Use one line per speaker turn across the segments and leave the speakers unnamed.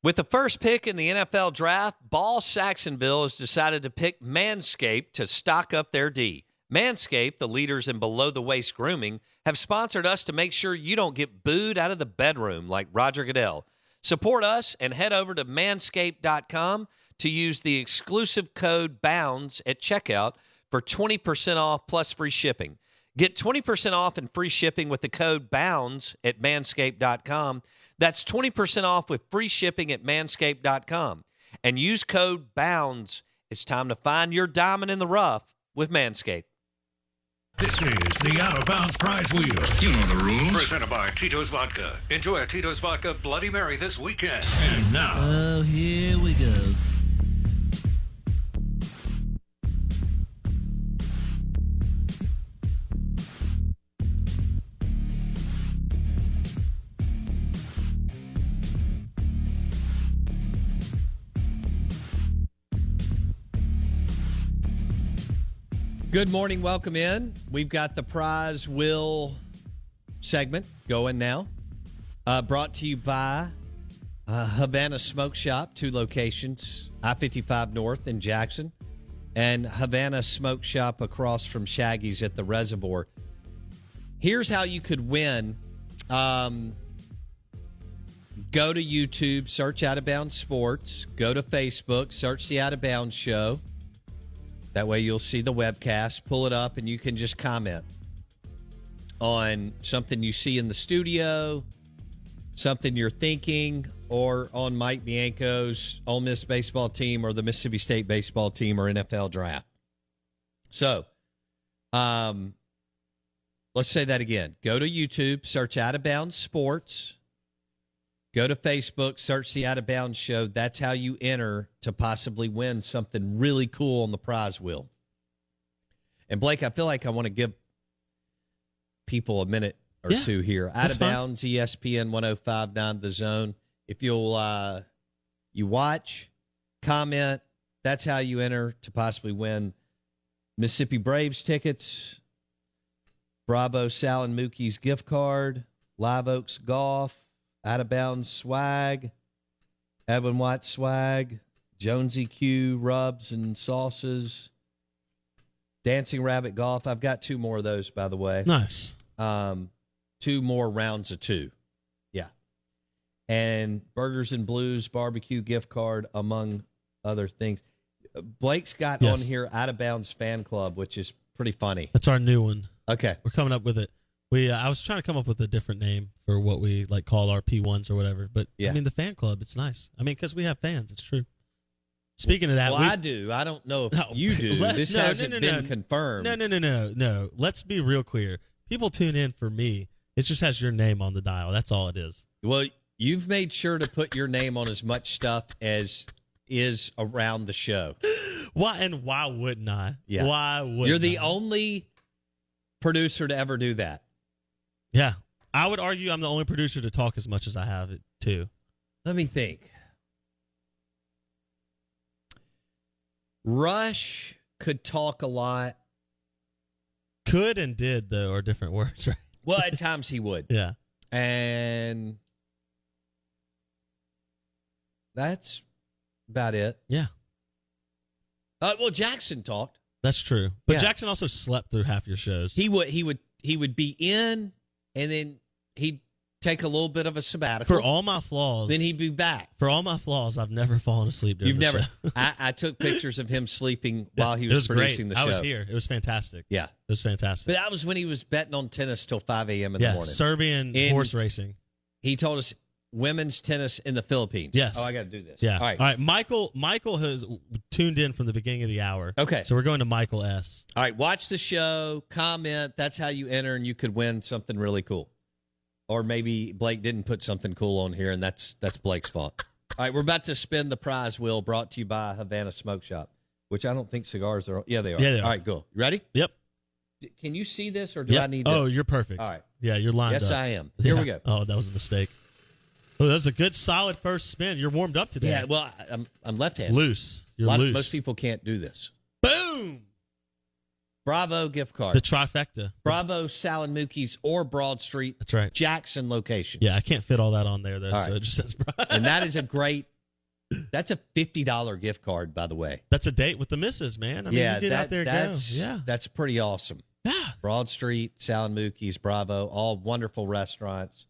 With the first pick in the NFL draft, Ball Saxonville has decided to pick Manscaped to stock up their D. Manscaped, the leaders in below the waist grooming, have sponsored us to make sure you don't get booed out of the bedroom like Roger Goodell. Support us and head over to manscaped.com to use the exclusive code BOUNDS at checkout for 20% off plus free shipping. Get 20% off and free shipping with the code BOUNDS at manscaped.com. That's 20% off with free shipping at manscaped.com. And use code BOUNDS. It's time to find your diamond in the rough with Manscaped.
This is the Out of Bounds Prize Wheel.
You know the rules.
Presented by Tito's Vodka. Enjoy a Tito's Vodka Bloody Mary this weekend. And now,
Oh, here we go.
Good morning. Welcome in. We've got the prize will segment going now. Uh, brought to you by uh, Havana Smoke Shop, two locations I 55 North in Jackson, and Havana Smoke Shop across from Shaggy's at the reservoir. Here's how you could win. Um, go to YouTube, search Out of Bounds Sports, go to Facebook, search the Out of Bounds Show. That way you'll see the webcast, pull it up, and you can just comment on something you see in the studio, something you're thinking, or on Mike Bianco's Ole Miss baseball team or the Mississippi State baseball team or NFL draft. So, um, let's say that again. Go to YouTube, search Out of Bounds Sports. Go to Facebook, search the Out of Bounds Show. That's how you enter to possibly win something really cool on the prize wheel. And Blake, I feel like I want to give people a minute or
Yeah,
two here. Out
that's
of
fine.
Bounds, E ESPN 1059 The Zone. If you'll, uh, you watch, comment, that's how you enter to possibly win Mississippi Braves tickets, Bravo Sal and Mookie's gift card, Live Oaks Golf, Out of Bounds Swag, Evan White Swag, Jonesy Q Rubs and Sauces, Dancing Rabbit Golf. I've got two more of those, by the way.
Nice.
Um, two more rounds of two. Yeah. And Burgers and Blues barbecue gift card, among other things. Blake's got
Yes.
on here Out of Bounds Fan Club, which is pretty funny.
That's our new one.
Okay.
We're coming up with it. We uh, I was trying to come up with a different name for what we like call our P1s or whatever, but
Yeah.
I mean the fan club, it's nice. I mean cuz we have fans, it's true. Speaking of that,
well,
we
I do. I don't know if
No.
you do.
Let-
this
no, no,
hasn't
no,
been
no.
confirmed.
No, no, no, no, no. Let's be real clear. People tune in for me. It just has your name on the dial. That's all it is.
Well, you've made sure to put your name on as much stuff as is around the show.
Why and why wouldn't I?
Yeah.
Why would
You're the
I?
only producer to ever do that.
Yeah. I would argue I'm the only producer to talk as much as I have it too.
Let me think. Rush could talk a lot.
Could and did though are different words, right?
Well, at times he would.
Yeah.
And that's about it.
Yeah.
Uh, well, Jackson talked.
That's true. But
Yeah.
Jackson also slept through half your shows.
He would he would he would be in and then he'd take a little bit of a sabbatical.
for all my flaws,
then he'd be back.
for all my flaws, I've never fallen asleep during
You've
the
never
show.
I, I took pictures of him sleeping
Yeah,
while he
it
was, producing the
great.
show.
I was here. It was fantastic.
Yeah.
It was fantastic.
But that was when he was betting on tennis till five AM in
yeah,
the morning.
Serbian
In-
horse racing.
He told us women's tennis in the Philippines.
Yes.
Oh, I gotta do this.
Yeah.
All right.
All right. Michael Michael has tuned in from the beginning of the hour.
Okay.
So we're going to Michael S.
All right. Watch the show, comment. That's how you enter and you could win something really cool. Or maybe Blake didn't put something cool on here and that's that's Blake's fault. All right, we're about to spin the prize wheel brought to you by Havana Smoke Shop, which I don't think cigars are. Yeah, they are.
Yeah, they are.
All right, go. You ready?
Yep.
D- Can you see this or do
yep.
I need
oh,
to?
you're perfect.
All right.
Yeah, you're lined
Yes,
up.
I am. Here we go.
Yeah. Oh, that was a mistake. Oh, that was a good, solid first spin. You're warmed up today.
Yeah, well, I- I'm, I'm left handed.
loose. You're loose.
most people can't do this.
Boom.
Bravo gift card.
The trifecta.
Bravo Salad Mookie's or Broad Street
That's right.
Jackson locations.
Yeah, I can't fit all that on there though.
All
so
right.
it just says
and that is a great. That's a fifty dollar gift card, by the way.
That's a date with the missus, man. I mean,
yeah,
you get
that-
out there and go.
that's
Yeah.
that's pretty awesome.
Yeah.
Broad Street, Sound Mookie's, Bravo, all wonderful restaurants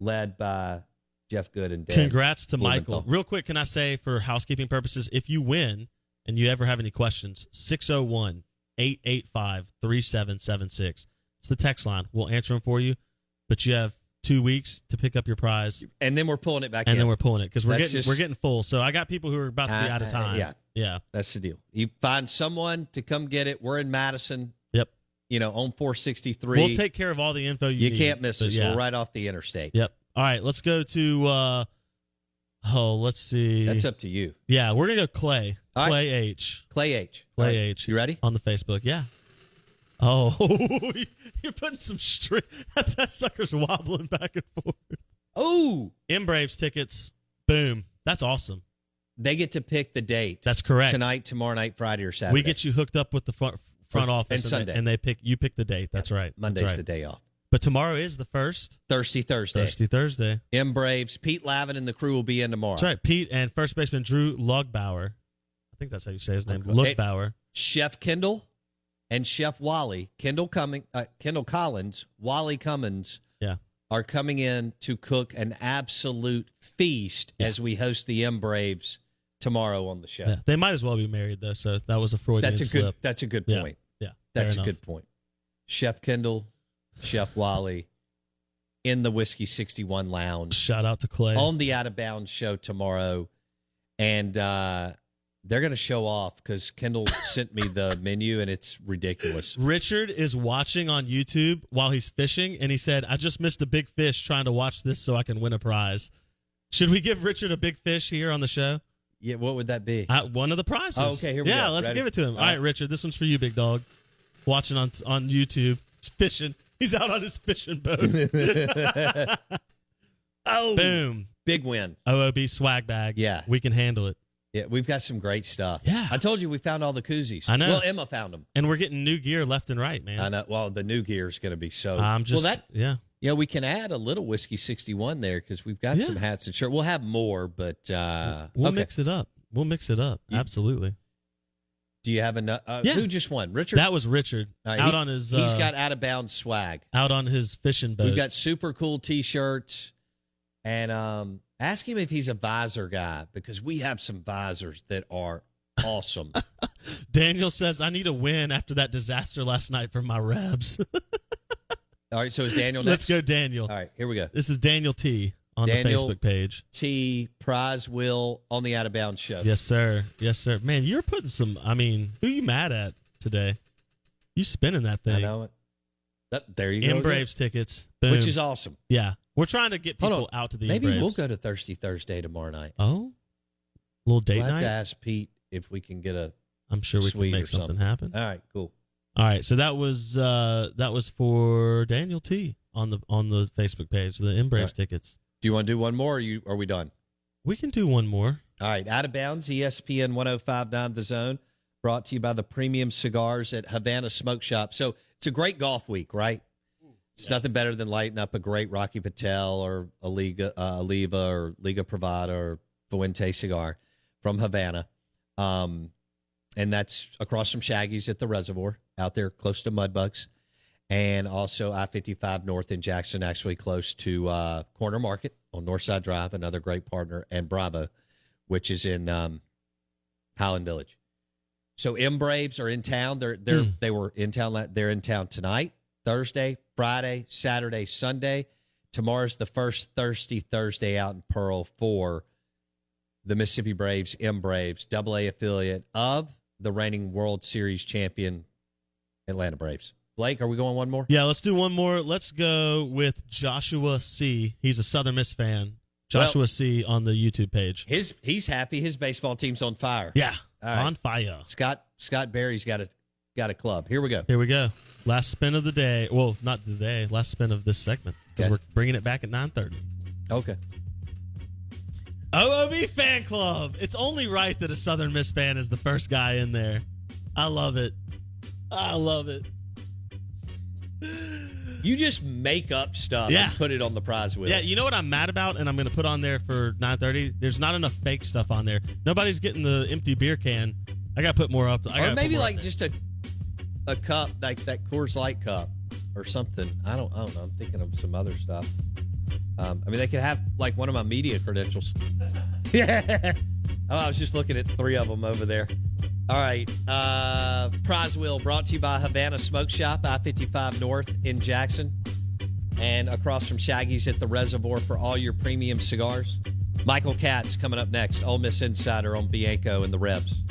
led by Jeff Good and Dan.
Congrats to
Blumenthal.
Michael. Real quick, can I say for housekeeping purposes, if you win and you ever have any questions, 601 885 3776. It's the text line. We'll answer them for you, but you have two weeks to pick up your prize,
And then we're pulling it back
and
in.
then we're pulling it because we're
That's
getting
just-
we're getting full. So I got people who are about to be
Uh,
out of
uh,
time.
yeah.
yeah,
that's the deal. You find someone to come get it. We're in Madison,
yep.
you know, on four sixty three.
We'll take care of all the info you.
you
need.
can't miss
But
us.
Yeah.
We're right off the interstate.
Yep. All right. Let's go to. uh Oh, let's see.
That's up to you.
Yeah, we're gonna go Clay.
All right.
Clay H.
Clay H.
Clay
All right.
H.
You ready?
on the Facebook. Yeah. Oh, you're putting some string. that sucker's wobbling back and forth.
Oh,
M Braves tickets. Boom. That's awesome.
they get to pick the date.
That's correct.
Tonight, tomorrow night, Friday, or Saturday.
we get you hooked up with the front front
Or-
office
and
they-
Sunday.
and they pick you pick the date. That's right. That's
Monday's
right.
the day off.
But tomorrow is the first
Thirsty Thursday.
Thursday Thursday.
M Braves. Pete Lavin and the crew will be in tomorrow.
That's right. Pete and first baseman Drew Logbauer. I think that's how you say his name.
Logbauer.
Logbauer.
Chef Kendall and Chef Wally, Kendall coming, uh, Kendall Collins, Wally Cummins,
Yeah.
are coming in to cook an absolute feast
Yeah.
as we host the M Braves tomorrow on the show.
Yeah. They might as well be married though. So that was a Freudian
That's a good.
slip.
That's a good
Yeah.
point.
Yeah.
That's a
fair enough.
good point. Chef Kendall, Chef Wally, in the Whiskey Sixty One Lounge
Shout out to Clay.
on the Out of Bounds show tomorrow, and uh, they're going to show off because Kendall sent me the menu and it's ridiculous.
Richard is watching on YouTube while he's fishing, and he said, "I just missed a big fish trying to watch this so I can win a prize." Should we give Richard a big fish here on the show?
Yeah, what would that be?
Uh, one of the prizes.
Oh, okay, here we
yeah,
go.
let's
Ready?
give it to him. All
All right.
right, Richard, this one's for you, big dog. Watching on on YouTube, he's fishing. He's out on his fishing boat.
oh,
Boom.
big win!
OOB swag bag.
Yeah.
we can handle it.
Yeah, we've got some great stuff.
Yeah.
I told you we found all the koozies.
I know.
Well, Emma found them.
And we're getting new gear left and right, man.
I know. Well, the new gear is going to be so.
I'm just
well. That
yeah.
yeah, we can add a little whiskey sixty one there because we've got
Yeah.
some hats and shirts. We'll have more, but uh,
We'll
okay.
mix it up. We'll mix it up.
You-
Absolutely.
Do you have enough? Uh,
Yeah.
Who just won? Richard.
That was Richard
All right,
out
he-
on his.
He's
uh,
got out of bounds swag.
out on his fishing boat.
We've got super cool t-shirts, and um, ask him if he's a visor guy because we have some visors that are awesome.
Daniel says, "I need a win after that disaster last night from my Rebs."
All right, so is Daniel? next?
Let's go, Daniel.
All right, here we go.
This is Daniel T on
Daniel-
the Facebook page.
T prize will on the out of bounds show.
Yes, sir. Yes, sir. Man, you're putting some. I mean, who you mad at today? You spinning that
I
thing?
know it. That- there you go.
M Braves tickets, Boom.
which is awesome.
yeah. We're trying to get
Hold
people
on.
out to the
Maybe
M-Braves.
we'll go to Thirsty Thursday tomorrow night.
Oh, little date
we'll have
night.
to ask Pete if we can get a.
I'm sure we
Sweet
can
or
make
something.
something happen.
All right, cool.
All right, so that was uh that was for Daniel T on the on the Facebook page, the Embrace
All right.
tickets.
Do you want to do one more? Or you are we done?
We can do one more.
All right, out of bounds, E ESPN 1059 The Zone, brought to you by the premium cigars at Havana Smoke Shop. So it's a great golf week, right? It's nothing better than lighting up a great Rocky Patel or a Liga, uh, Oliva or Liga Privada or Fuente cigar from Havana. Um, and that's across from Shaggy's at the reservoir out there close to Mudbugs. And also I 55 North in Jackson, actually close to uh, Corner Market on Northside Drive, another great partner, and Bravo which is in um, Highland Village. So M Braves are in town. They're they're
Hmm.
they were in town. la- They're in town tonight, Thursday, Friday, Saturday, Sunday. Tomorrow's the first Thirsty Thursday out in Pearl for the Mississippi Braves, M Braves, Double A affiliate of the reigning World Series champion Atlanta Braves. Blake, are we going one more?
Yeah, let's do one more. Let's go with Joshua C. He's a Southern Miss fan. Joshua C on the YouTube page.
His he's happy. His baseball team's on fire.
Yeah.
All right.
On fire.
Scott Scott Barry's got a got a club. Here we go.
Here we go. Last spin of the day. Well, not the day. Last spin of this segment because
Okay.
we're bringing it back at nine thirty.
Okay.
OOB fan club. It's only right that a Southern Miss fan is the first guy in there. I love it. I love it.
You just make up stuff
Yeah.
and put it on the prize wheel.
Yeah, you know what I'm mad about, and I'm going to put on there for 9:30. There's not enough fake stuff on there. Nobody's getting the empty beer can. I got to put more up. I gotta
or
put
maybe
more up
like
there.
just a a cup like that Coors Light cup or something. I don't I don't know. I'm thinking of some other stuff. Um, I mean, they could have like one of my media credentials. yeah. Oh, I was just looking at three of them over there. All right. Uh, prize wheel brought to you by Havana Smoke Shop, I 55 North in Jackson, and across from Shaggy's at the Reservoir for all your premium cigars. Michael Katz coming up next, Ole Miss Insider on Bianco and the Rebs.